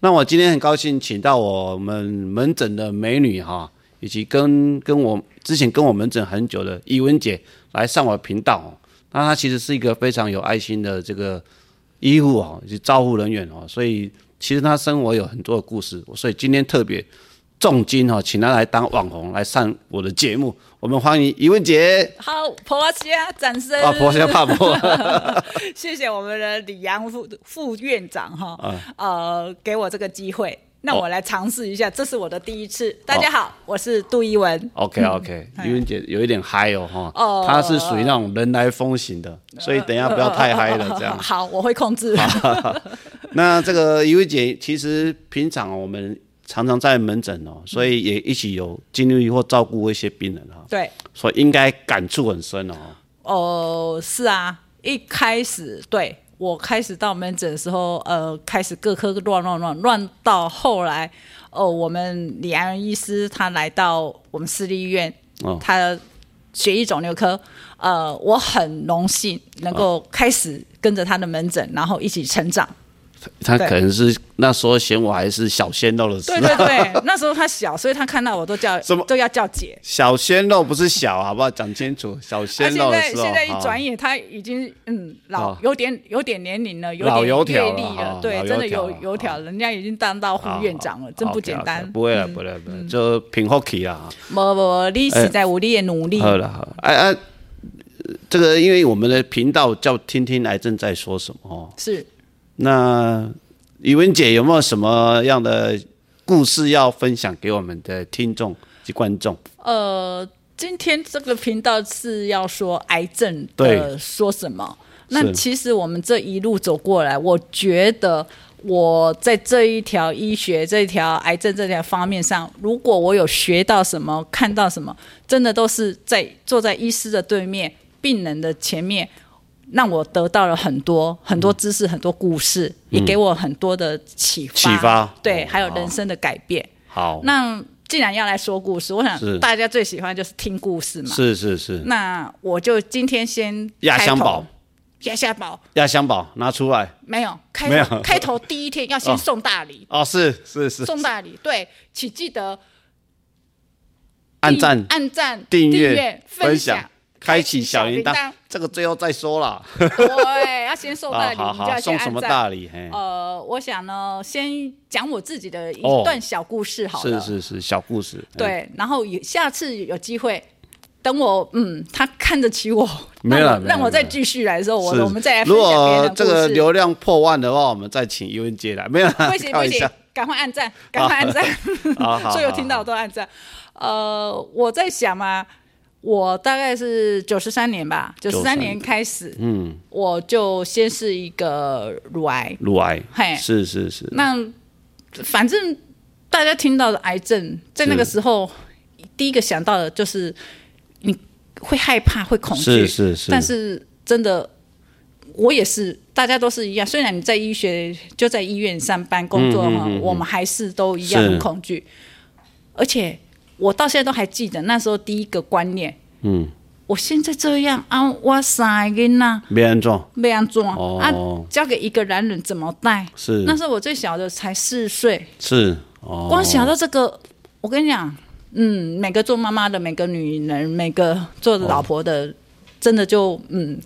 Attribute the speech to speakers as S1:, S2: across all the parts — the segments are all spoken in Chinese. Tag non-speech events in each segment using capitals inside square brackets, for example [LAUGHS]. S1: 那我今天很高兴请到我们门诊的美女哈、以及跟跟我之前跟我门诊很久的怡文姐来上我的频道、哦。那她其实是一个非常有爱心的这个医护哦，以及照护人员哦，所以其实她生活有很多的故事，所以今天特别重金哈、哦，请她来当网红来上我的节目。我们欢迎怡文姐
S2: 好，婆家掌声！
S1: 啊，婆家怕婆。
S2: 谢谢我们的李阳副副院长哈，呃，给我这个机会，那
S1: 啊哦
S2: 我来尝试一下，这是我的第一次。大家好，我是杜一文。
S1: OK OK，
S2: 哎
S1: 怡文姐有一点嗨哦哈，
S2: 哦。
S1: 她是属于那种人来疯型的，所以等一下不要啊太嗨了这样
S2: [LAUGHS]
S1: 啊
S2: 好，我会控制。
S1: 那这个怡文姐其实平常我们常常在门诊哦，所以也一起有经历或照顾过一些病人哈、
S2: [LAUGHS] 对，
S1: 所以应该感触很深哦。
S2: 哦、是啊，一开始对我开始到门诊的时候，呃，开始各科乱乱乱乱到后来，哦、我们李安仁医师他来到我们私立医院，
S1: 哦
S2: 他血液肿瘤科，呃，我很荣幸能够开始跟着他的门诊，然后一起成长。
S1: 她
S2: 对
S1: 可能是那时候嫌我还是小鲜肉的时候，
S2: 对对对， [LAUGHS] 那时候他小，所以他看到我都叫
S1: 什么
S2: 都要叫姐。
S1: 小鲜肉不是小，好不好？讲清楚，小
S2: 他
S1: 鲜
S2: 现
S1: 肉的
S2: 在
S1: 时候。啊
S2: 啊现在一
S1: 哈
S2: 转眼，他已经嗯
S1: 哦
S2: 老有点有点年龄了，有
S1: 老
S2: 点
S1: 油条
S2: 阅
S1: 了
S2: 历
S1: 哈
S2: 对
S1: 老，
S2: 真
S1: 油
S2: 的
S1: 条
S2: 有
S1: 了啊
S2: 油条，人家已经当到副院长了，真不简单。嗯
S1: 不会了，啊不会了，不会了，就凭后期啦。哈
S2: 无无，你
S1: 哎
S2: 实在有你的努力，
S1: 好了，好了，哎哎，这个因为我们的频道叫“听听癌症在说什么”哦，
S2: 是
S1: 那宇文姐有没有什么样的故事要分享给我们的听众及观众？
S2: 呃，今天这个频道是要说癌症
S1: 对
S2: 的说什么？那
S1: 是
S2: 其实我们这一路走过来，我觉得我在这一条医学、这一条癌症这条方面上，如果我有学到什么、看到什么，真的都是在坐在医师的对面、病人的前面，让我得到了很
S1: 嗯
S2: 多很多知识、很多故事，也给我很多的启发。
S1: 启发
S2: 对，
S1: 哦
S2: 还有
S1: 好
S2: 人生的改变。
S1: 好，
S2: 那既然要来说故事，我想
S1: 是
S2: 大家最喜欢就是听故事嘛。
S1: 是是是，
S2: 那我就今天先
S1: 压
S2: 开
S1: 箱
S2: 头
S1: 宝，
S2: 压箱宝
S1: 压箱宝拿出来
S2: 没有开
S1: 没
S2: 头
S1: 有
S2: 开头第一天要先
S1: 哦
S2: 送大礼，
S1: [LAUGHS] 哦，是是是，
S2: 送大礼对，请记得
S1: 按
S2: 订
S1: 赞、
S2: 按赞、
S1: 订
S2: 阅、
S1: 分
S2: 享
S1: 享。。开启小铃
S2: 开启小
S1: 铛
S2: 铃铛，
S1: 这个最后再说啦。
S2: [LAUGHS] 对，要先送大
S1: 啊，[LAUGHS]
S2: 礼，
S1: 好
S2: 你就要
S1: 好，
S2: 先
S1: 送什
S2: 按
S1: 么
S2: 赞。
S1: 大礼？嘿，
S2: 呃，我想呢，先讲我自己的一
S1: 哦
S2: 段小故事好
S1: 是
S2: 了。
S1: 是是，小故事。嘿，
S2: 对，然后有下次有机会，等我嗯，他看得起我，
S1: 没有啦
S2: 让我
S1: 没有啦
S2: 让我再继续来的时候，我
S1: 是
S2: 我们再来分
S1: 如
S2: 享别人
S1: 果
S2: 的故
S1: 这
S2: 事。
S1: 个流量破万的话，我们再请尤文杰来，没有啦，
S2: 不行
S1: 开
S2: 不
S1: 玩
S2: 行
S1: 笑。，啊
S2: 赶快按赞，赶快按赞
S1: 好好好，
S2: [LAUGHS] 所有听到都按赞。呃，我在想嘛，我大概是九十三年吧，九十
S1: 93
S2: 三年开始，
S1: 嗯，
S2: 我就先是一个乳癌，
S1: 乳癌
S2: 嘿，
S1: 是是是，
S2: 那反正大家听到的癌症，在那个时候，第一个想到的就是你会害怕、会恐惧，
S1: 是是是
S2: 但是真的，我也是，大家都是一样。虽然你在医学就在医院上班工
S1: 嗯
S2: 作嘛，我们还是都一样
S1: 是
S2: 很恐惧。而且我到现在都还记得那时候第一个观念，
S1: 嗯，
S2: 我现在这样啊，我三个囡仔
S1: 没人中，
S2: 要安怎、
S1: 哦
S2: 啊？交给一个男人怎么带？
S1: 是
S2: 那时候我最小的才四岁，
S1: 是哦，
S2: 光想到这个，我跟你讲，嗯，每个做妈妈的，每个女人，每个做老婆的，真的就嗯，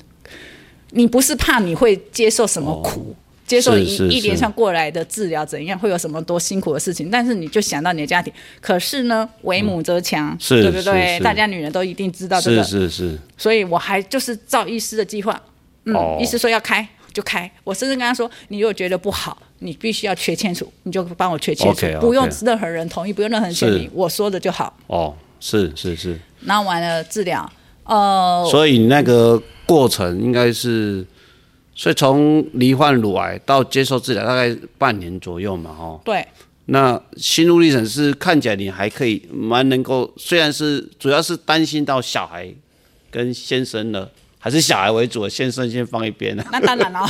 S2: 你不是怕你会接受什么苦，接受一
S1: 哦是是
S2: 一连
S1: 是
S2: 串过来的治疗怎样，会有什么多辛苦的事情，但是你就想到你的家庭。可是呢，为母则强，
S1: 嗯是
S2: 对不对
S1: 是？是
S2: 大家女人都一定知道这
S1: 是
S2: 个，
S1: 是是，
S2: 所以我还就是照医师的计划，嗯，
S1: 哦
S2: 医师说要开就开，我甚至跟他说，你如果觉得不好，你必须要缺欠处，你就帮我缺欠处
S1: OK，OK
S2: 不用任何人同意，不用任何人劝你
S1: 是，
S2: 我说的就好。
S1: 哦，是是是，
S2: 然后完了治疗，呃，
S1: 所以你那个过程应该是，所以从罹患乳癌到接受治疗大概半年左右嘛，哦，
S2: 对，
S1: 那心路历程是看起来你还可以蛮能够，虽然是主要是担心到小孩跟先生了，还是小孩为主，先生先放一
S2: [LAUGHS]
S1: 边了。
S2: 那当
S1: [LAUGHS]
S2: 然了，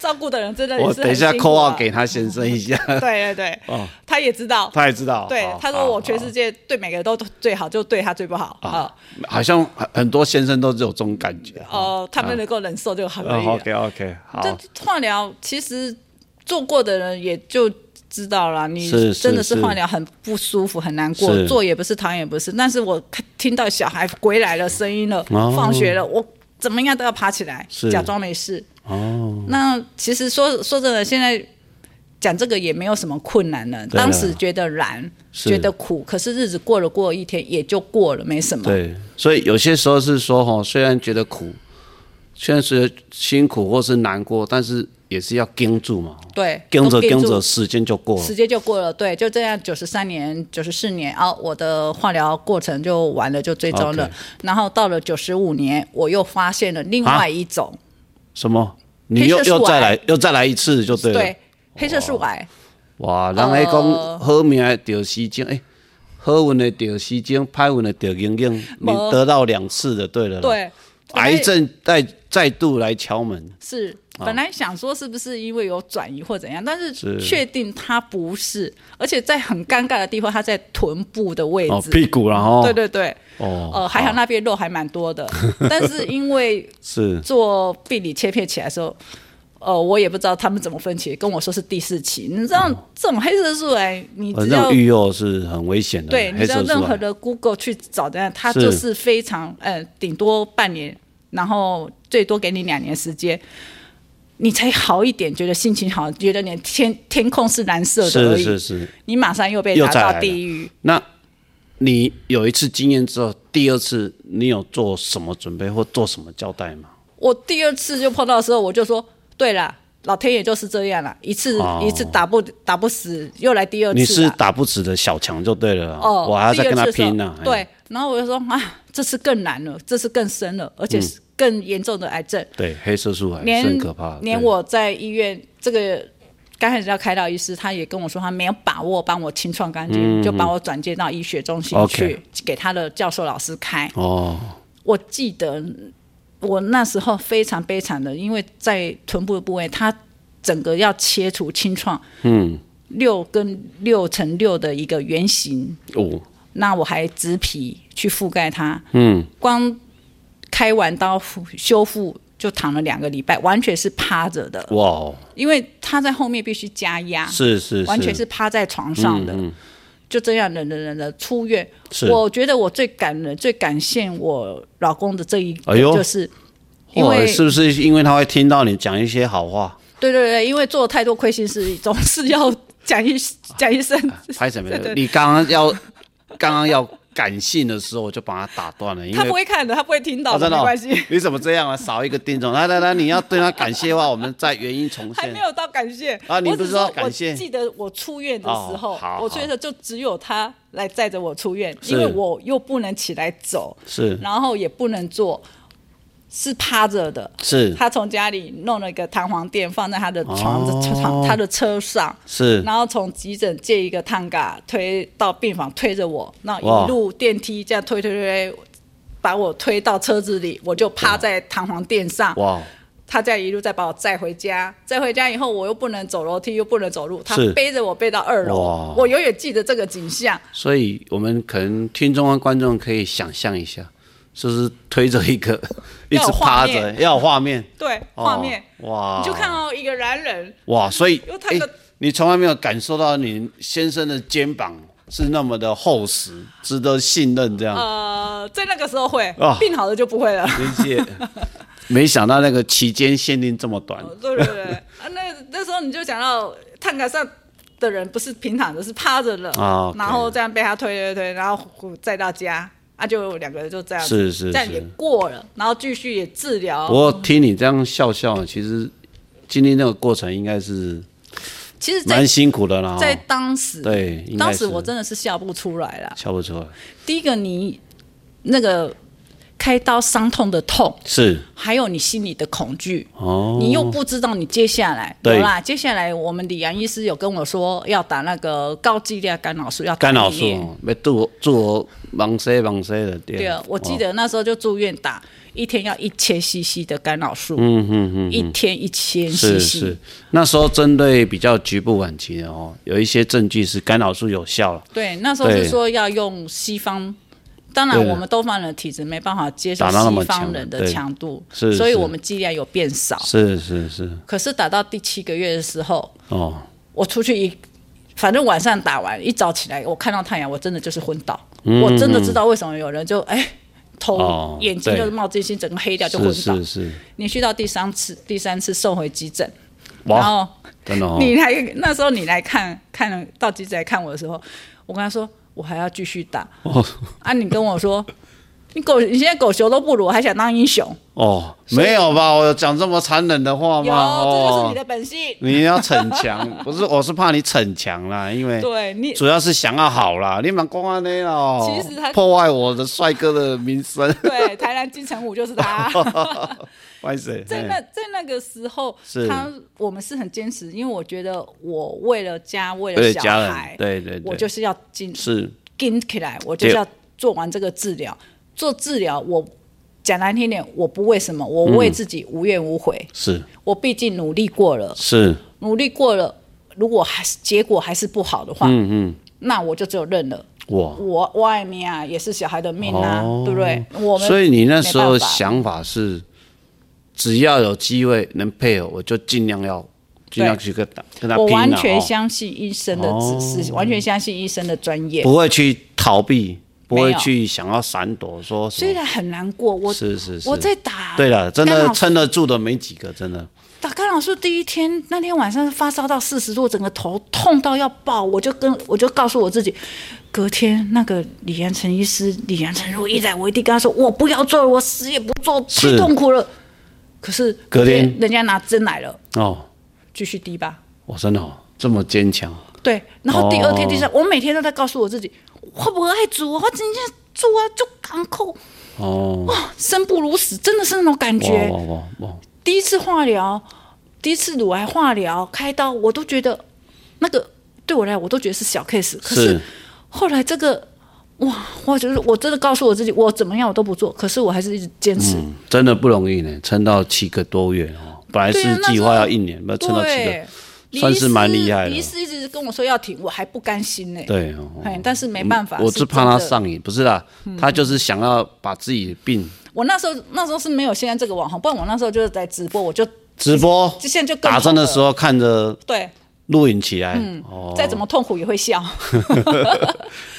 S2: 照顾的人真的也
S1: 我
S2: 是
S1: 等一
S2: 很
S1: 下
S2: 辛苦
S1: 扣
S2: 啊
S1: 号给他先生一下，
S2: 对对对，
S1: 哦
S2: 他也知道。
S1: 他也知道。
S2: 对
S1: 好，
S2: 他 [LAUGHS] 说我全
S1: 好
S2: 世界对每个人都最好，就对他最不好啊。
S1: 好好像很很多先生都是有这种感觉。
S2: 哦哦，他们能够忍受就可以
S1: 哦
S2: 了。
S1: ，OK OK，好，
S2: 这化疗其实做过的人也就知道了，你
S1: 是是
S2: 真的是
S1: 是
S2: 化疗很不舒服，很难过，
S1: 是
S2: 做也不是，躺也不是。但是我看听到小孩回来了声音了，
S1: 哦
S2: 放学了，我怎么样都要爬起来，
S1: 是
S2: 假装没事。
S1: 哦，
S2: 那其实说说真的，现在讲这个也没有什么困难了。
S1: 对啊
S2: 当时觉得难，
S1: 是
S2: 觉得苦，可是日子过了过了一天也就过了，没什么。
S1: 对，所以有些时候是说哈，虽然觉得苦，虽然觉得辛苦或是难过，但是也是要盯住嘛，
S2: 对，
S1: 盯着
S2: 都
S1: 盯
S2: 住
S1: 着，时间就过了
S2: 时。间就过了。对，就这样，九十三年、九十四年啊，我的化疗过程就完了，就追踪了。
S1: 啊 OK
S2: 然后到了九十五年，我又发现了另
S1: 啊
S2: 外一种，
S1: 什么？你又
S2: 黑色素
S1: 又再来
S2: 癌
S1: 又再来一次就对哦了。
S2: 对，黑色素癌。
S1: 哇，人迄
S2: 呃
S1: 讲好命的得时间，诶、好运的得时间，歹运的得营养，你
S2: 没
S1: 得到两次的，对了啦。
S2: 对，
S1: 癌症再再度来敲门，
S2: 是，本来想说是不是因为有转移或怎样，但是
S1: 嗯是
S2: 确定它不是，而且在很尴尬的地方，它在臀部的位
S1: 哦，
S2: 置。
S1: 屁股然后
S2: 对对对，
S1: 哦，
S2: 呃，还好那边肉还蛮
S1: [LAUGHS]
S2: 多的，但是因为
S1: 是
S2: 做病理切片起来的时候，呃，我也不知道他们怎么分期，跟我说是第四期。你知道、这种黑色素癌，你
S1: 呃
S2: 只
S1: 哦那
S2: 要
S1: 种育幼是很危险的，
S2: 对，你
S1: 黑
S2: 知道
S1: 色素啊
S2: 任何
S1: 癌
S2: 的 Google 去找的，它
S1: 是
S2: 就是非常呃，顶多半年，然后最多给你两年时间，你才好一点，觉得心情好，觉得你天天空是蓝色的而
S1: 是
S2: 已，
S1: 是是。
S2: 你马上又被
S1: 又
S2: 打
S1: 再来
S2: 到
S1: 了
S2: 地狱。
S1: 那你有一次经验之后，第二次你有做什么准备或做什么交代吗？
S2: 我第二次就碰到的时候，我就说，对啦，老天爷就是这样啦，一次、
S1: 哦
S2: 一次打不打不死，又来第二次啦。
S1: 你是打不死的小强就对了啦，啊
S2: 哦，
S1: 我还要再跟他
S2: 第二次的时候
S1: 拼呢、嘿哎
S2: 对，然后我就说啊，这次更难了，这次更深了，而且是更严重的癌症。
S1: 对，黑色素癌嗯是
S2: 连
S1: 很可怕的，
S2: 连
S1: 对
S2: 我在医院这个刚开始要开到医师，他也跟我说他没有把握帮我清创干净，就把我转接到医学中心
S1: 嗯 OK
S2: 去给他的教授老师开。
S1: 哦，
S2: 我记得我那时候非常悲惨的，因为在臀部的部位，他整个要切除清创，嗯，六跟六乘六的一个圆形，
S1: 哦，
S2: 那我还植皮去覆盖它，
S1: 嗯，
S2: 光开完刀复修复就躺了两个礼拜，完全是趴着的，
S1: 哇哦，
S2: 因为他在后面必须加压，
S1: 是是嗯是，
S2: 完全是趴在床上的。就这样，忍着忍着出院。
S1: 是
S2: 我觉得我最感人、最感谢我老公的这一个，
S1: 哎呦
S2: 就是因
S1: 哇
S2: 为
S1: 是不是因为他会听到你讲一些好
S2: [LAUGHS]
S1: 话？
S2: 对对对，因为做了太多亏心事，总是要讲一讲一声。
S1: 拍什么
S2: 对？对
S1: 你刚刚要 [LAUGHS] 刚刚要感性的时候，我就把 [LAUGHS] 他打断了，因
S2: 他不
S1: 为。
S2: 会看的，他不会听
S1: 哦
S2: 到的，
S1: 真的
S2: 没
S1: 哦
S2: 关系。
S1: 你怎么这样啊？少一个听众，来来来，你要对他感谢的话，我们再原因重
S2: 还
S1: 现
S2: 没。有到感谢
S1: 啊你
S2: 我
S1: 不
S2: 只
S1: 是说
S2: 我
S1: 感谢
S2: 记得我出院的时候，
S1: 哦好
S2: 我出院的时候就只有他来载着我出院，
S1: 是
S2: 因为我又不能起来走，
S1: 是
S2: 然后也不能坐，是趴着的。
S1: 是
S2: 他从家里弄了一个弹簧垫放在他的床的
S1: 哦
S2: 床、他的车上，
S1: 是，
S2: 然后从急诊借一个探嘎推到病房，推着我，那
S1: 哇
S2: 一路电梯这样推推推，把我推到车子里，我就趴在弹簧垫上，
S1: 哇，哦
S2: 他再一路再把我载回家，载回家以后我又不能走楼梯，又不能走路，他
S1: 是
S2: 背着我背到二楼
S1: 哇，
S2: 我永远记得这个景象。
S1: 所以我们可能听众和观众可以想象一下，就是推着一
S2: [LAUGHS]
S1: 个一
S2: 要有
S1: 直
S2: 画
S1: 趴
S2: 面
S1: 着，要有画面，
S2: 对，
S1: 哦
S2: [LAUGHS] 画面，
S1: 哇，
S2: 你就看到一个男人，
S1: 哇，所以
S2: 因为他
S1: 哎
S2: 的，
S1: 你从来没有感受到你先生的肩膀是那么的厚实，值得信任这样。
S2: 呃，在那个时候会
S1: 哦，
S2: 病好了就不会了。 [LAUGHS]
S1: 理解。 [LAUGHS] 没想到那个期间限定这么短，
S2: 对对对，啊，那那时候你就讲到探杆上的人不是平躺的，是趴着的，
S1: 啊，OK
S2: 然后这样被他推推推，然后再到家，啊，就两个人就这样，
S1: 是是
S2: 这样也
S1: 是
S2: 过了，然后继续也治疗
S1: 不。过听你这样笑笑，其实经历那个过程应该是
S2: 其实在
S1: 蛮辛苦的啦。
S2: 在
S1: 哦
S2: 当时，
S1: 对，应该
S2: 当
S1: 是
S2: 时我真的是笑不出来啦。
S1: 笑不出来，
S2: 第一个你那个开刀伤痛的痛，
S1: 是
S2: 还有你心里的恐惧，
S1: 哦，
S2: 你又不知道你接下来
S1: 对
S2: 有啦，接下来我们李阳医师有跟我说要打那个高剂量干扰素，要打
S1: 干扰
S2: 一
S1: 素
S2: 年
S1: 哦要做做忙些忙些的
S2: 对
S1: 对
S2: 啊，我记
S1: 哦
S2: 得那时候就住院打，一天要一千 CC 的干扰素，嗯嗯嗯，一天一千
S1: 是
S2: CC，
S1: 是，那时候针对比较局部晚期的哦，有一些证据是干扰素有效了，
S2: 对，那时候
S1: 对
S2: 是说要用西方当然
S1: 对
S2: 我们东方人的体质没办法接受
S1: 打到那么
S2: 西方人的
S1: 强对
S2: 强度，
S1: 是
S2: 所以
S1: 是
S2: 我们剂量有变少。
S1: 是是是，
S2: 可是打到第七个月的时候，
S1: 哦，
S2: 我出去一，反正晚上打完，一早起来我看到太阳，我真的就是昏倒，我真的知道为什么有人就哎。
S1: 嗯
S2: 头、
S1: 哦
S2: 眼睛就
S1: 对
S2: 是冒金星，整个黑掉就昏
S1: 是
S2: 倒
S1: 是。是，
S2: 你去到第三次，第三次送回急诊，然
S1: 哇，
S2: 后
S1: 真的哦，
S2: 你来、那时候你来看看到急诊来看我的时候，我跟他说我还要继续打
S1: 哦
S2: 啊！你跟我说 [LAUGHS] 你狗你现在狗熊都不如，还想当英雄？
S1: 哦，没有吧？我有讲这么残忍的话
S2: 有，
S1: 吗？
S2: 这就是
S1: 哦
S2: 你，的本性。
S1: 你要逞强， [LAUGHS] 不是？我是怕你逞强啦，因为
S2: 对你
S1: 主要是想要好啦，你蛮公安的哦，
S2: 其实他
S1: 破坏我的帅哥的名声，
S2: 对台南金城武就
S1: [LAUGHS]
S2: 是他。 [LAUGHS]
S1: 坏谁？
S2: 在那在那个时候
S1: 哎是，
S2: 他我们是很坚持，因为我觉得我为了家，为
S1: 为
S2: 了
S1: 了
S2: 小
S1: 家
S2: 孩
S1: 人，，对对对，
S2: 我就是要紧
S1: 是
S2: 紧起来，我就是
S1: 对
S2: 要做完这个治疗。做治疗，我讲难听点，我不为什么，
S1: 嗯
S2: 我为自己无怨无悔。
S1: 是
S2: 我毕竟努力过了，
S1: 是，
S2: 努力过了，如果还是结果还是不好的话，
S1: 嗯嗯，
S2: 那我就只有认了。
S1: 我
S2: 我我爱你啊，也是小孩的命啊，
S1: 哦
S2: 对不对？我们
S1: 所以你那时候
S2: 没办法
S1: 想法是，只要有机会能配合，我就尽量要尽量去跟他跟他
S2: 我
S1: 拼
S2: 完
S1: 了、
S2: 全
S1: 哦，
S2: 相信医生的指示，完全相信医生的专业。
S1: 不会去逃避，不
S2: 没
S1: 会
S2: 有
S1: 去想要闪躲，说什
S2: 虽
S1: 么？
S2: 然很难过，我
S1: 是是是，
S2: 我在打
S1: 对了，真
S2: 干
S1: 的
S2: 扰
S1: 撑得住的没几个，真的
S2: 打干扰素第一天那天晚上发烧到四十度，整个头痛到要爆，我就跟我就告诉我自己，隔天那个李彦成医师、李彦成如果一来，我一定跟他说我不要做了，我死也不做，太
S1: 是
S2: 痛苦了。可是
S1: 隔天
S2: 人家拿针来了，
S1: 哦，
S2: 继续滴吧。
S1: 我真的、哦、这么坚强，
S2: 对，然后第二天、
S1: 哦
S2: 第三，我每天都在告诉我自己，我不爱煮，我真的煮啊就港口，啊
S1: 哦，
S2: 生不如死，真的是那种感
S1: 哇
S2: 觉。
S1: 哇哇哇，
S2: 第一次化疗，第一次乳癌化疗开刀，我都觉得那个对我来，我都觉得是小 case。可是
S1: 是
S2: 后来这个，哇，我觉得我真的告诉我自己，我怎么样我都不做，可是我还是一直坚持。
S1: 嗯，真的不容易呢，撑到七个多月哦，本来是
S2: 对啊那
S1: 计
S2: 时
S1: 划
S2: 候
S1: 要一年，不撑到七个
S2: 对，，李
S1: 算
S2: 医
S1: 是
S2: 师
S1: 蛮厉害的哦
S2: 李医师一直跟我说要停，我还不甘心呢、
S1: 对哦。
S2: 哎，但是没办法，
S1: 我
S2: 是
S1: 是怕他
S2: 真的嗯
S1: 上瘾，不是啦，他就是想要把自己的病
S2: 我那时候那时候是没有现在这个网红，不然我那时候就是在直播，我就
S1: 直播
S2: 就现在就更
S1: 打针的
S2: 好了
S1: 时候看着
S2: 对，
S1: 录影起来，
S2: 嗯
S1: 哦，
S2: 再怎么痛苦也
S1: [LAUGHS]
S2: 会笑。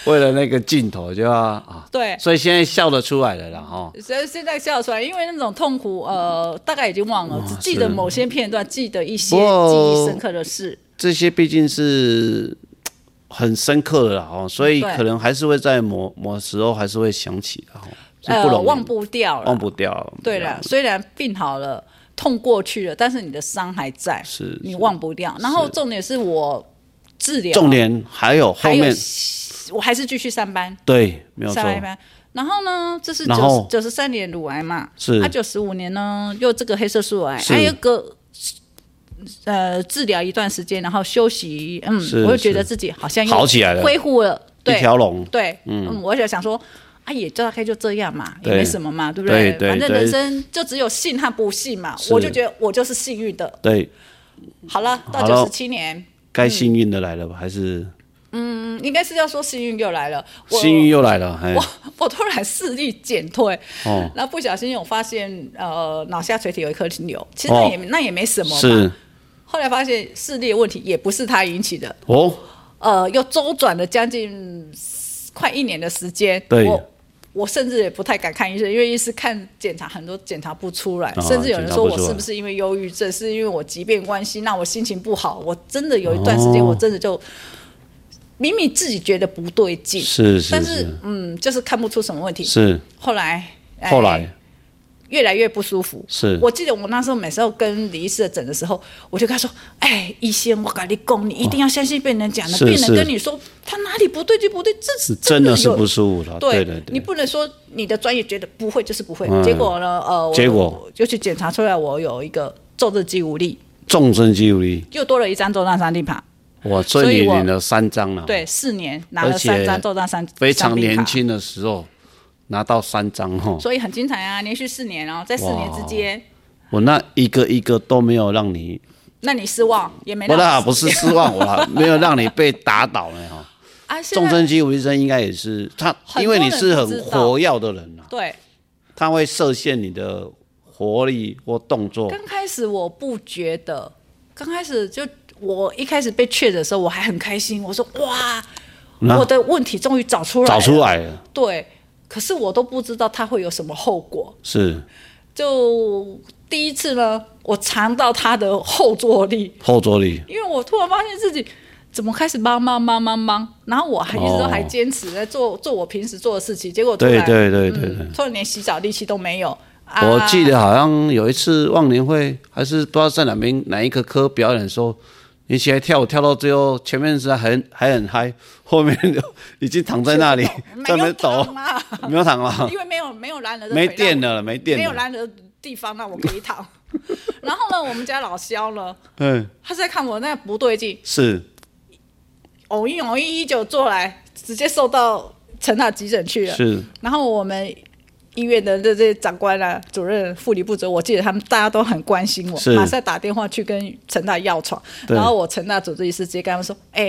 S1: 为了那个镜头就要啊，
S2: 对
S1: 所以现在笑得出来了啦，哦哈，
S2: 所以现在笑出来，因为那种痛苦，呃，大概已经忘了，只记得
S1: 是
S2: 某些片段，记得一些
S1: 不
S2: 记
S1: 过
S2: 忆深刻的事。
S1: 这些毕竟是很深刻的啦，哦，所以
S2: 对
S1: 可能还是会在某某时候还是会想起的，哈，哦是
S2: 呃
S1: 不，容
S2: 忘
S1: 易，
S2: 不掉了。
S1: 忘不掉，忘不
S2: 对
S1: 掉
S2: 了，，虽然病好了，痛过去了，但是你的伤还在，
S1: 是
S2: 你
S1: 是
S2: 忘不掉。然后重点是我治疗，
S1: 重点还有后
S2: 还有
S1: 面，
S2: 我还是继续上班，
S1: 对，没有错
S2: 上，一班。然后呢，这是
S1: 然
S2: 九
S1: 后
S2: 九十三年乳癌嘛，
S1: 是
S2: 啊，九十五年呢又这个黑色素癌，
S1: 是
S2: 还有一个呃治疗一段时间，然后休息，嗯
S1: 是，
S2: 我又觉得
S1: 是
S2: 自己好像又
S1: 好起来了
S2: 恢复了，
S1: 一
S2: 对，
S1: 条龙，
S2: 对，嗯，我就想说。啊，也大概就这样嘛，也
S1: 对
S2: 没什么嘛，对不
S1: 对对
S2: 反正
S1: 对
S2: 人生就只有幸和不幸嘛。
S1: 是
S2: 我就觉得我就是幸运的。
S1: 对，
S2: 好了，到
S1: 好
S2: 九
S1: 了
S2: 十七年，
S1: 该幸运的来了吧，还是
S2: 嗯，应该是要说幸运又来了。我
S1: 幸运又来了，哎，
S2: [LAUGHS] 我突然视力减退，
S1: 哦
S2: 然后不小心我发现呃脑下垂体有一颗瘤，其实那也、那也没什么嘛。
S1: 哦是
S2: 后来发现视力的问题也不是它引起的，
S1: 哦，
S2: 呃，又周转了将近快一年的时间，
S1: 对
S2: 我我甚至也不太敢看医生，因为医师看检查很多检查不出来，
S1: 啊
S2: 甚至有人
S1: 检查
S2: 说我
S1: 不出来
S2: 是不是因为忧郁症，是因为我疾病关系，那我心情不好，我真的有一段时间
S1: 哦
S2: 我真的就、明明自己觉得不对劲，
S1: 是是
S2: 但
S1: 是
S2: 嗯，就是看不出什么问题。
S1: 是，
S2: 后来。哎
S1: 后来
S2: 越来越不舒服。
S1: 是
S2: 我记得我那时候每次要跟李医师的诊的时候，我就跟他说：“哎，医生，我跟你讲，你一定要相信病人讲的。
S1: 是
S2: 病人
S1: 是
S2: 跟你说他哪里不对就不对，这是
S1: 真的是
S2: 有
S1: 不舒服了，
S2: 对
S1: 对对
S2: 你，不能说你的专业觉得不会就是不会。
S1: 嗯
S2: 结果呢，呃，我
S1: 结果
S2: 就去检查出来，我有一个皱热肌无力，
S1: 众生皆有力，
S2: 又多了一张周状三地卡。
S1: 哇，所
S2: 所以
S1: 以你
S2: 我
S1: 领了三张了，，
S2: 对，四年拿
S1: 而
S2: 了三
S1: 且
S2: 张周状三，
S1: 非常
S2: 三地卡
S1: 年，轻的时候拿到三张哦，
S2: 所以很精彩啊！连续四年哦，在四年之间，
S1: 我那一个一个都没有让你，
S2: 那你失望也没
S1: 不
S2: 让我
S1: 啦，
S2: 失 [LAUGHS]
S1: 不是失望我啦，没有让你被打倒呢哈，
S2: 啊，现
S1: 重
S2: 在
S1: 症肌无医生应该也是他，
S2: 很多
S1: 因为你是
S2: 人
S1: 很
S2: 不知道
S1: 活跃的人啊，
S2: 对，
S1: 他会设限你的活力或动作。
S2: 刚开始我不觉得，刚开始就我一开始被确诊的时候，我还很开心，我说哇，
S1: 那
S2: 我的问题终于找出来了，啊
S1: 找出来了，
S2: 对，可是我都不知道它会有什么后果。
S1: 是
S2: 就第一次呢，我尝到它的后坐力，
S1: 后坐力，
S2: 因为我突然发现自己怎么开始忙忙忙忙忙，然后我还一直都
S1: 哦
S2: 还坚持在做、做我平时做的事情，结果突
S1: 对
S2: 然嗯
S1: 对对对对。
S2: 突然连洗澡力气都没有。啊、
S1: 我记得好像有一次忘年会，还是不知道在哪边哪一个科表演的时候，你起来跳舞，跳到最后，前面是还很还很嗨，后面就已经躺在那里 [LAUGHS] 在那
S2: 没有
S1: 边抖
S2: 躺，啊，
S1: 没有躺了，
S2: 因为没有没有男人的
S1: 没
S2: 腿让我
S1: 电了，没
S2: 没
S1: 电
S2: 有
S1: 了，
S2: 男人的地方让我可以躺。 [LAUGHS] 然后呢，我们家老肖呢，
S1: 嗯，
S2: 他是在看我那不对劲，
S1: 是
S2: 偶一偶一一九坐来，直接送到陈大急诊去了。
S1: 是，
S2: 然后我们医院的这这些长官啊、主任、护理部主任，我记得他们大家都很关心我
S1: 是，
S2: 马上打电话去跟陈大要床。
S1: 对
S2: 然后我陈大主治医师直接跟他们说：“哎、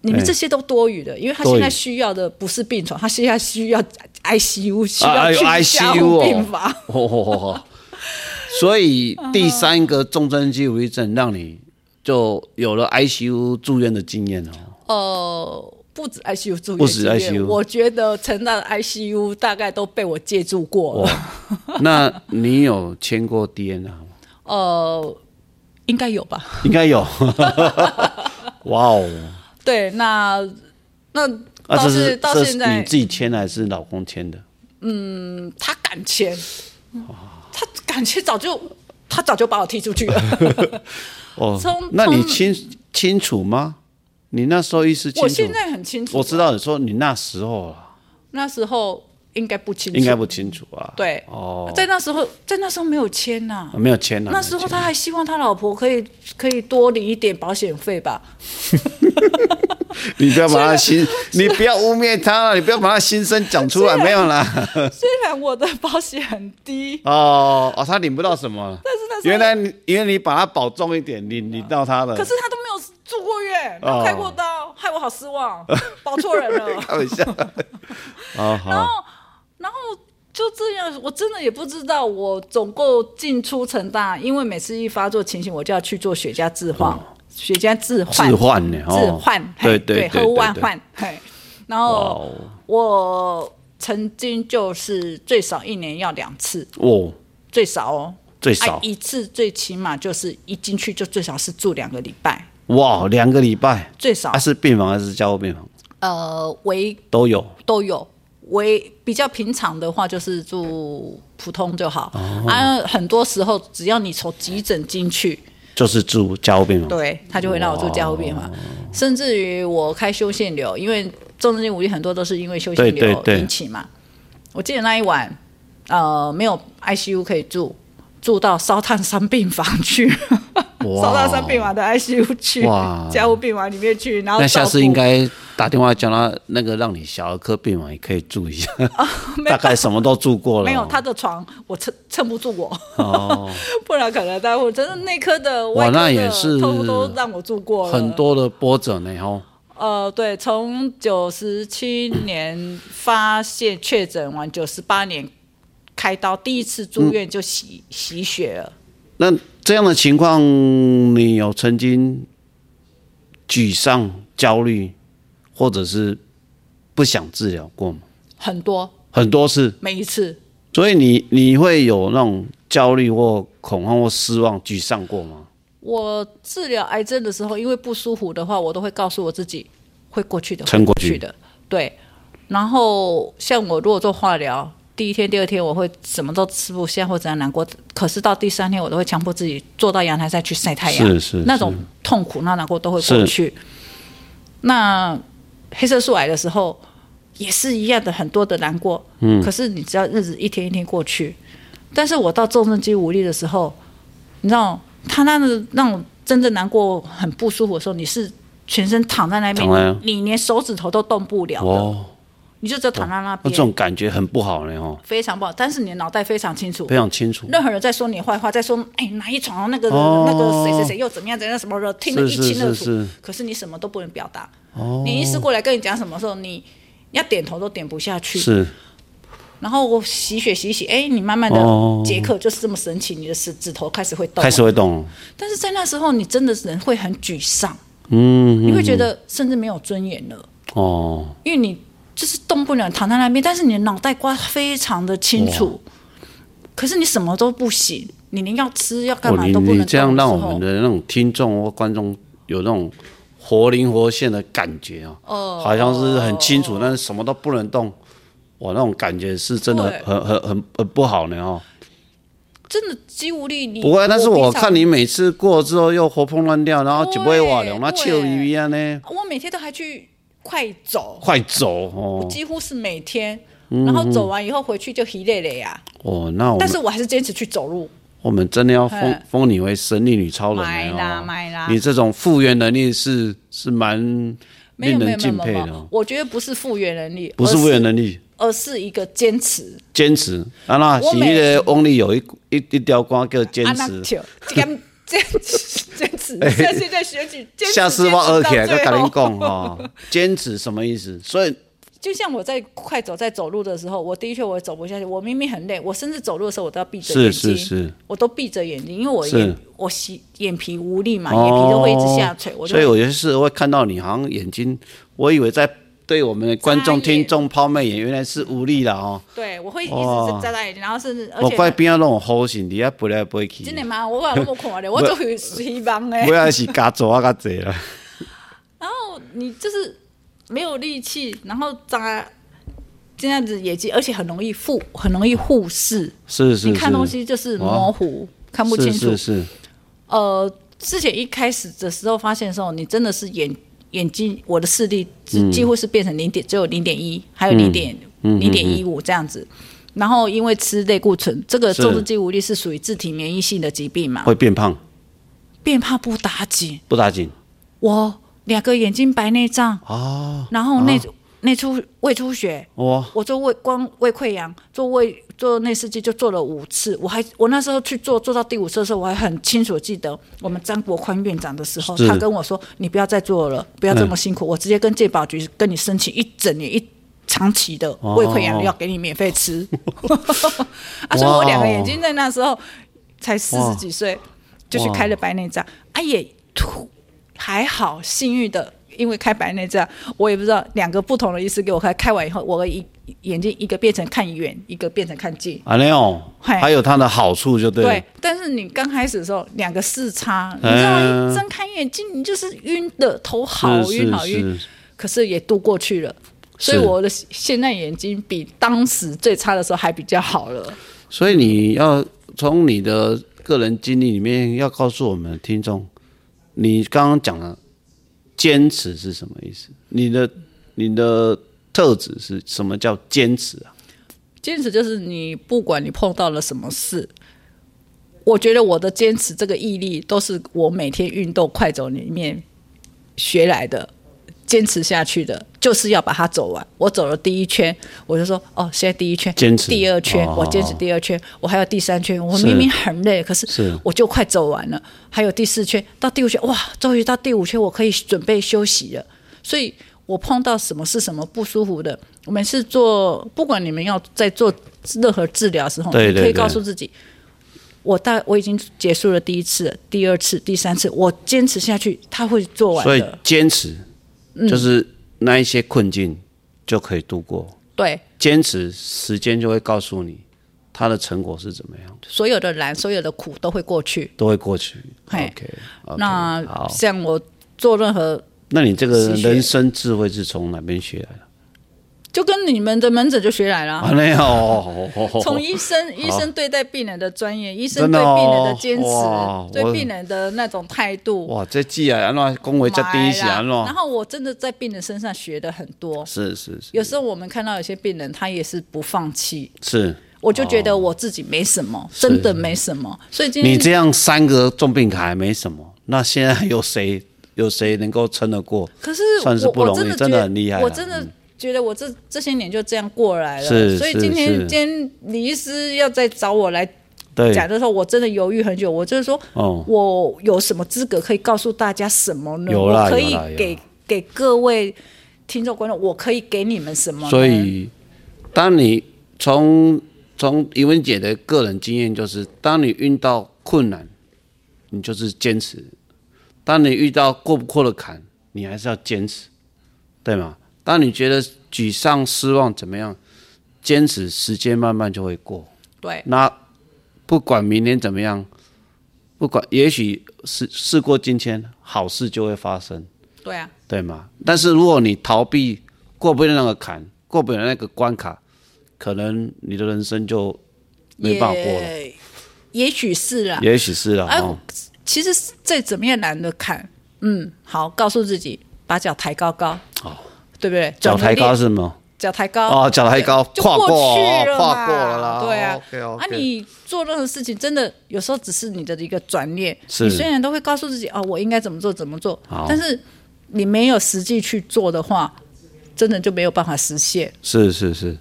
S2: 你们
S1: 哎
S2: 这些都多余的，因为他
S1: 多余
S2: 现在需要的不是病床，他现在需要 ICU，需
S1: 啊，
S2: 要
S1: 有
S2: 去加
S1: ICU
S2: 护
S1: 哦
S2: 病房。，
S1: 吼吼吼吼所以第三个重症肌无力症让你就有了 ICU 住院的经验哦，
S2: [LAUGHS] 呃，不止 ICU 住院，
S1: 不止 ICU
S2: 我觉得陈大的 ICU 大概都被我借住过了。
S1: 哇，那你有签过 DNA 吗？
S2: 呃，应该有吧？
S1: 应该有。 [LAUGHS] 哇哦，
S2: 对，那那
S1: 啊，
S2: 倒
S1: 这
S2: 是、
S1: 是
S2: 到
S1: 这是
S2: 现在嗯
S1: 你自己签的还是老公签的？
S2: 他敢签，
S1: 哦
S2: 他敢签早就他早就把我踢
S1: [LAUGHS]
S2: 出去了。
S1: 哦
S2: 从，
S1: 那你
S2: 从
S1: 清清楚吗？你那时候意思清
S2: 我
S1: 楚
S2: 现？在很清楚，
S1: 我知道你说你那时候啊，
S2: 那时候应该不清楚，
S1: 应该不清楚啊。
S2: 对。
S1: 哦，
S2: 在那时候，在那时候没有签呐、
S1: 没有签啊。
S2: 那
S1: 没
S2: 时
S1: 有
S2: 候
S1: 签
S2: 他还希望他老婆可以可以多领一点保险费
S1: [LAUGHS]
S2: 吧？
S1: 你不要把他心，你不要污蔑他了，你不要把他心声讲出
S2: 啊
S1: 来，没有啦。 [LAUGHS]
S2: 虽然我的保险很低，
S1: 哦哦，他领不到什么了。
S2: 但是那时候
S1: 原来你，因为你把他保重一点，你领到他了。
S2: 可是他都没有住过院，没
S1: 嗯哦
S2: 有开过刀，害我好失
S1: [LAUGHS]
S2: 望，保错人了。
S1: 开玩
S2: [LAUGHS]
S1: 笑。哦好，
S2: 然后就这样，我真的也不知道，我总共进出成大，因为每次一发作情形，我就要去做血浆置换，血浆置换，
S1: 哦置换呢？哦
S2: 置换，
S1: 对对
S2: 嘿
S1: 对
S2: 对，喝万
S1: 对
S2: 换，嘿，然
S1: 哇
S2: 后
S1: 哦
S2: 我曾经就是最少一年要两次，
S1: 哦，
S2: 最少哦。
S1: 最
S2: 啊
S1: 少、
S2: 一次最起码就是一进去就最少是住两个礼拜，
S1: 哇，两个礼拜，
S2: 最少、
S1: 啊、是病房还是加护病房
S2: 呃为
S1: 都有
S2: 都有。为比较平常的话，就是住普通就好。
S1: 哦
S2: 啊，很多时候只要你从急诊进去，
S1: 就是住加护病房。
S2: 对他就会让我住加护病
S1: 哦
S2: 房，甚至于我开修腺瘤，因为重症性无力很多都是因为修腺
S1: 对对
S2: 瘤
S1: 对
S2: 引起嘛。我记得那一晚，呃，没有 ICU 可以住，住到烧烫伤病房去，
S1: 哇
S2: [LAUGHS] 烧烫伤病房的 ICU 去
S1: 哇，
S2: 加护病房里面去，然后
S1: 那下
S2: 照
S1: 次
S2: 顾
S1: 应该打电话叫他那个让你小儿科病房也可以住一下， [LAUGHS] 大概什么都住过了。
S2: 哦没有他的床，我撑撑不住我。
S1: 哦，
S2: [LAUGHS] 不然可能待会真的内科的、
S1: 哇
S2: 外科的
S1: 那也是
S2: 都都让我住过了
S1: 很。多的波折呢哦，
S2: 呃，对，从九十七年发现确诊完，九十八年开刀，第一次住院就洗、洗血了。
S1: 那这样的情况，你有曾经沮丧、焦虑，或者是不想治疗过吗？
S2: 很多，
S1: 很多次，
S2: 每一次
S1: 所以你你会有那种焦虑或恐慌或失望、沮丧过吗？
S2: 我治疗癌症的时候，因为不舒服的话，我都会告诉我自己会过去的，
S1: 撑过
S2: 会
S1: 去
S2: 去的。对，然后像我如果做化疗，第一天、第二天我会什么都吃不下或怎样难过，可是到第三天我都会强迫自己坐到阳台再去晒太阳，
S1: 是是
S2: 那
S1: 是
S2: 种痛苦、那难过都会过去。那黑色素癌的时候也是一样的，很多的难过，嗯，可是你只要日子一天一天过去，但是我到重症肌无力的时候，你知道他那个让我真正难过、很不舒服的时候，你是全身躺在那边
S1: 躺在那，
S2: 你你连手指头都动不了的。
S1: 哦，
S2: 你就只有躺在那
S1: 那
S2: 边
S1: 这，种感觉很不好呢哦，
S2: 非常不好。但是你的脑袋非常清楚，
S1: 非常清楚。
S2: 任何人在说你坏话，在说哎哪一床那个、
S1: 哦
S2: 那个谁谁谁又怎么样怎样什么的，听得
S1: 是
S2: 一
S1: 是
S2: 清二
S1: 是
S2: 楚。
S1: 是，哦
S2: 可是你什么都不能表达。你医师过来跟你讲什么时候，你要点头都点不下去。
S1: 是
S2: 然后我洗血洗一洗，哎，你慢慢的
S1: 哦
S2: 杰克就是这么神奇，你的指指头开始会动。
S1: 开始会动了，
S2: 但是在那时候，你真的人会很沮丧，
S1: 嗯，
S2: 你会觉得甚至没有尊严了，
S1: 哦，
S2: 因为你就是动不了，躺在那边，但是你的脑袋瓜非常的清楚，可是你什么都不行，你连要吃要干
S1: 哦，
S2: 嘛
S1: 你
S2: 都不
S1: 你
S2: 能动的时候。
S1: 这样让我们的那种听众或观众有那种活灵活现的感觉哦，好像是很清
S2: 哦
S1: 楚，但是什么都不能动，哇，那种感觉是真的
S2: 对
S1: 很很很很不好呢哦。
S2: 真的肌无力，你
S1: 不会，但是我
S2: 平常
S1: 看你每次过之后又活蹦乱跳，然后一尾瓦凉，那
S2: 对
S1: 笑鱼一样呢，
S2: 我每天都还去快走，
S1: 快走哦！
S2: 几乎是每天。然后走完以后回去就疲累了呀，
S1: 哦，那嗯我们
S2: 但是我还是坚持去走路。
S1: 我们真的要封
S2: 嗯
S1: 封你为神力女超人
S2: 买
S1: 呢
S2: 啦
S1: 哦！
S2: 买啦，
S1: 你这种复原能力是是蛮
S2: 没
S1: 令
S2: 有没
S1: 人
S2: 有没有
S1: 敬
S2: 没
S1: 佩
S2: 有
S1: 的
S2: 没有
S1: 哦，，
S2: 我觉得不是复原能力，
S1: 不是
S2: 而
S1: 复原能力，
S2: 而是一个坚持。
S1: 坚持啊！那
S2: 我
S1: 是那
S2: 每
S1: 个翁里有一一一条歌叫坚
S2: 啊那
S1: 持，哎
S2: 就坚坚持坚
S1: [LAUGHS]
S2: 持，现在在学起坚持。
S1: 下次我
S2: 二
S1: 二起来跟跟
S2: 跟
S1: 您讲哦，坚持什么意思？所以
S2: [LAUGHS] 就像我在快走在走路的时候，我的确我走不下去，我明明很累，我甚至走路的时候我都要闭着眼
S1: 是
S2: 睛，
S1: 是是。
S2: 我都闭着眼睛，因为我
S1: 是
S2: 眼我洗眼皮无力嘛，
S1: 哦
S2: 眼哎皮就会一直下垂，我就
S1: 所以我有些时候会看到你好像眼睛，我以为在对我们的观众
S2: 眨眼
S1: 听众抛媚眼，原来是无力了哦。
S2: 对我会一直
S1: 哦
S2: 是眨眨眼睛，然后甚至而
S1: 我
S2: 且
S1: 怪边上那种好心，你也飞来飞去
S2: 真，的吗？我有那么看
S1: [LAUGHS]
S2: 的，我都有希望哎
S1: 我。也是加做啊加济了。
S2: 然后你就是没有力气，然后眨这样子眼睛，而且很容易忽很容易忽视，
S1: 是是
S2: 你
S1: 是，
S2: 看东西就是模糊，看不清
S1: 是
S2: 楚。
S1: 是是，
S2: 呃，之前一开始的时候发现的时候，你真的是眼眼睛，我的视力
S1: 嗯
S2: 是几乎是变成零点，只有零点一，还有零点零点一五这样子。然后因为吃类固醇，这个
S1: 是
S2: 重度肌无力是属于自体免疫性的疾病嘛，
S1: 会变胖
S2: 变胖不打紧，
S1: 不打紧
S2: 我两个眼睛白内障，
S1: 哦。
S2: 然后内、内出胃出血，
S1: 哇，
S2: 我做胃光胃溃疡，做胃做内视镜就做了五次，我还我那时候去做做到第五次的时候，我还很清楚记得我们张国宽院长的时候，
S1: 是嗯
S2: 他跟我说：“你不要再做了，不要这么辛苦，我直接跟健保局跟你申请一整年一长期的胃溃
S1: 哦
S2: 疡药给你免
S1: [LAUGHS]
S2: 费吃。 [LAUGHS] 啊，所以我两个眼睛在那时候才四十几岁，就去开了白内障，啊也突还好幸运的，因为开白内障，我也不知道两个不同的医师给我开，开完以后我的一眼睛一个变成看远，一个变成看近。
S1: 啊那哦，
S2: 嘿
S1: 还有它的好处就对了
S2: 对，，但是你刚开始的时候，两个视差，你知道吗，
S1: 嗯
S2: 一睁开眼睛你就是晕的，头好
S1: 是
S2: 晕好
S1: 是
S2: 晕，
S1: 是
S2: 可是也度过去了。所以
S1: 是
S2: 我的现在眼睛比当时最差的时候还比较好了。
S1: 所以你要从你的个人经历里面要告诉我们的听众，你刚刚讲的坚持是什么意思？你的你的特质是什么叫坚持啊？
S2: 坚持就是你不管你碰到了什么事，我觉得我的坚持这个毅力都是我每天运动快走里面学来的，坚持下去的，就是要把它走完。我走了第一圈，我就说哦，现在第一圈，
S1: 坚持
S2: 第二圈，
S1: 哦
S2: 我坚持第二圈，我还有第三圈，我
S1: 是
S2: 明明很累，可
S1: 是
S2: 是我就快走完了，还有第四圈，到第五圈，哇，终于到第五圈，我可以准备休息了。所以我碰到什么是什么不舒服的，我们是做，不管你们要在做任何治疗的时候，
S1: 对
S2: 你可
S1: 对对
S2: 以告诉自己，我大我已经结束了第一次了、第二次、第三次，我坚持下去，他会做完
S1: 所以
S2: 的。
S1: 坚持就是那一些困境就可以度过，
S2: 对，
S1: 坚持时间就会告诉你它的成果是怎么样，
S2: 所有的难、所有的苦都会过去。
S1: 都会过去。
S2: 嘿
S1: OK，, o k
S2: 那
S1: 好，
S2: 像我做任何，
S1: 那你这个
S2: 吸血
S1: 人生智慧是从哪边学来的？
S2: 就跟你们的门诊就学来了啊。
S1: 啊，那样哦，哦哦
S2: [LAUGHS] 从医生医生对待病人的专业，医生
S1: 真的
S2: 对
S1: 哦
S2: 病人的坚持，
S1: 哇我
S2: 对病人的那种态度，
S1: 哇，这季啊，安怎恭维这哦第一是安
S2: 买啦
S1: 怎？
S2: 然后我真的在病人身上学的很多。
S1: 是是是
S2: 有时候我们看到有些病人，他也是不放弃，
S1: 是，
S2: 我就觉得我自己没什么，真的没什么。所以今
S1: 哦你
S2: 天
S1: 这样三个重病还没什么，那现在有谁有谁能够撑得过？
S2: 可是
S1: 算是
S2: 我
S1: 不容易
S2: 我真的觉
S1: 真的很厉害啊
S2: 我真的觉得我这这些年就这样过来了，
S1: 是
S2: 所以
S1: 是
S2: 今天
S1: 是
S2: 今天李医师要再找我来讲
S1: 对，
S2: 的时候，我真的犹豫很久。我就是说，
S1: 哦，
S2: 我有什么资格可以告诉大家什么呢？
S1: 有啦
S2: 我可以
S1: 有啦有啦
S2: 给给各位听众观众，我可以给你们什么呢？
S1: 所以当你从从怡文姐的个人经验就是，当你遇到困难，你就是坚持；当你遇到过不过的坎，你还是要坚持，对吗？当你觉得沮丧、失望怎么样，坚持，时间慢慢就会过。
S2: 对
S1: 那不管明天怎么样，不管也许事事过境迁，好事就会发生。
S2: 对啊，
S1: 对吗？但是如果你逃避过不了那个坎，过不了那个关卡，可能你的人生就没办法过了。
S2: 也也许是啦、
S1: 也许是啦，
S2: 哎
S1: 哦，
S2: 其实再怎么样难的看，嗯，好，告诉自己把脚抬高高，
S1: 哦
S2: 对不对？
S1: 脚
S2: 转个
S1: 抬高
S2: 念，
S1: 是什么？
S2: 脚抬高
S1: 哦，脚抬高，
S2: 就
S1: 跨
S2: 去
S1: 哦
S2: 了嘛，
S1: 跨过了啦。
S2: 对啊，
S1: ，OK
S2: 啊，你做任何事情，真的有时候只是你的一个转念。
S1: 是
S2: 你虽然都会告诉自己哦，我应该怎么做怎么做
S1: 好，
S2: 但是你没有实际去做的话，真的就没有办法实现。
S1: 是是是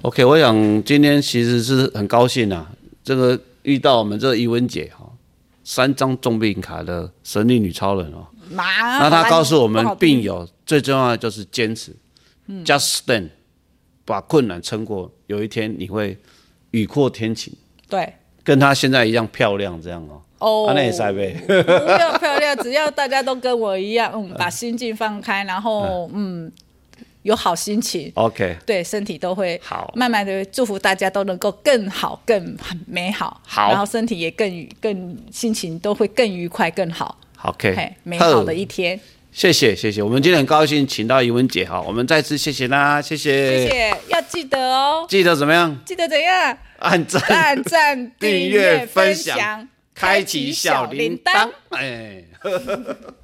S1: ，OK，我想今天其实是很高兴啊，这个遇到我们这个怡文姐哈、三张重病卡的神力女超人哦，
S2: 那
S1: 那他告诉我
S2: 不
S1: 们
S2: 啊好，嗯听
S1: 病友最重要的就是坚持、j u s t stand，把困难撑过，有一天你会雨过天晴，
S2: 对
S1: 跟他现在一样漂亮，这样哦。
S2: 哦
S1: 啊，那也塞呗。
S2: 不要漂亮，只要大家都跟我一样，嗯，把心境放开，
S1: [LAUGHS]
S2: 然后嗯，有好心情。
S1: [LAUGHS] OK，
S2: 对身体都会
S1: 好
S2: 慢慢的祝福大家都能够更好、更美好，
S1: 好
S2: 然后身体也更愉、更心情都会更愉快、更好，
S1: 好
S2: 嘿
S1: ，OK，，
S2: 美好的
S1: 呵
S2: 一天，
S1: 谢谢谢谢，我们今天很高兴请到怡文姐哈，我们再次谢谢啦，谢谢，
S2: 谢谢，要记得哦，
S1: 记得怎么样？
S2: 记得怎样？
S1: 按赞、
S2: 按 [LAUGHS] 赞、
S1: 订
S2: 阅、
S1: 阅、
S2: 分
S1: 分享、
S2: 开
S1: [LAUGHS] 开
S2: 启
S1: 启
S2: 小
S1: 小
S2: 铃
S1: 铃
S2: 铛
S1: 铛。。哎。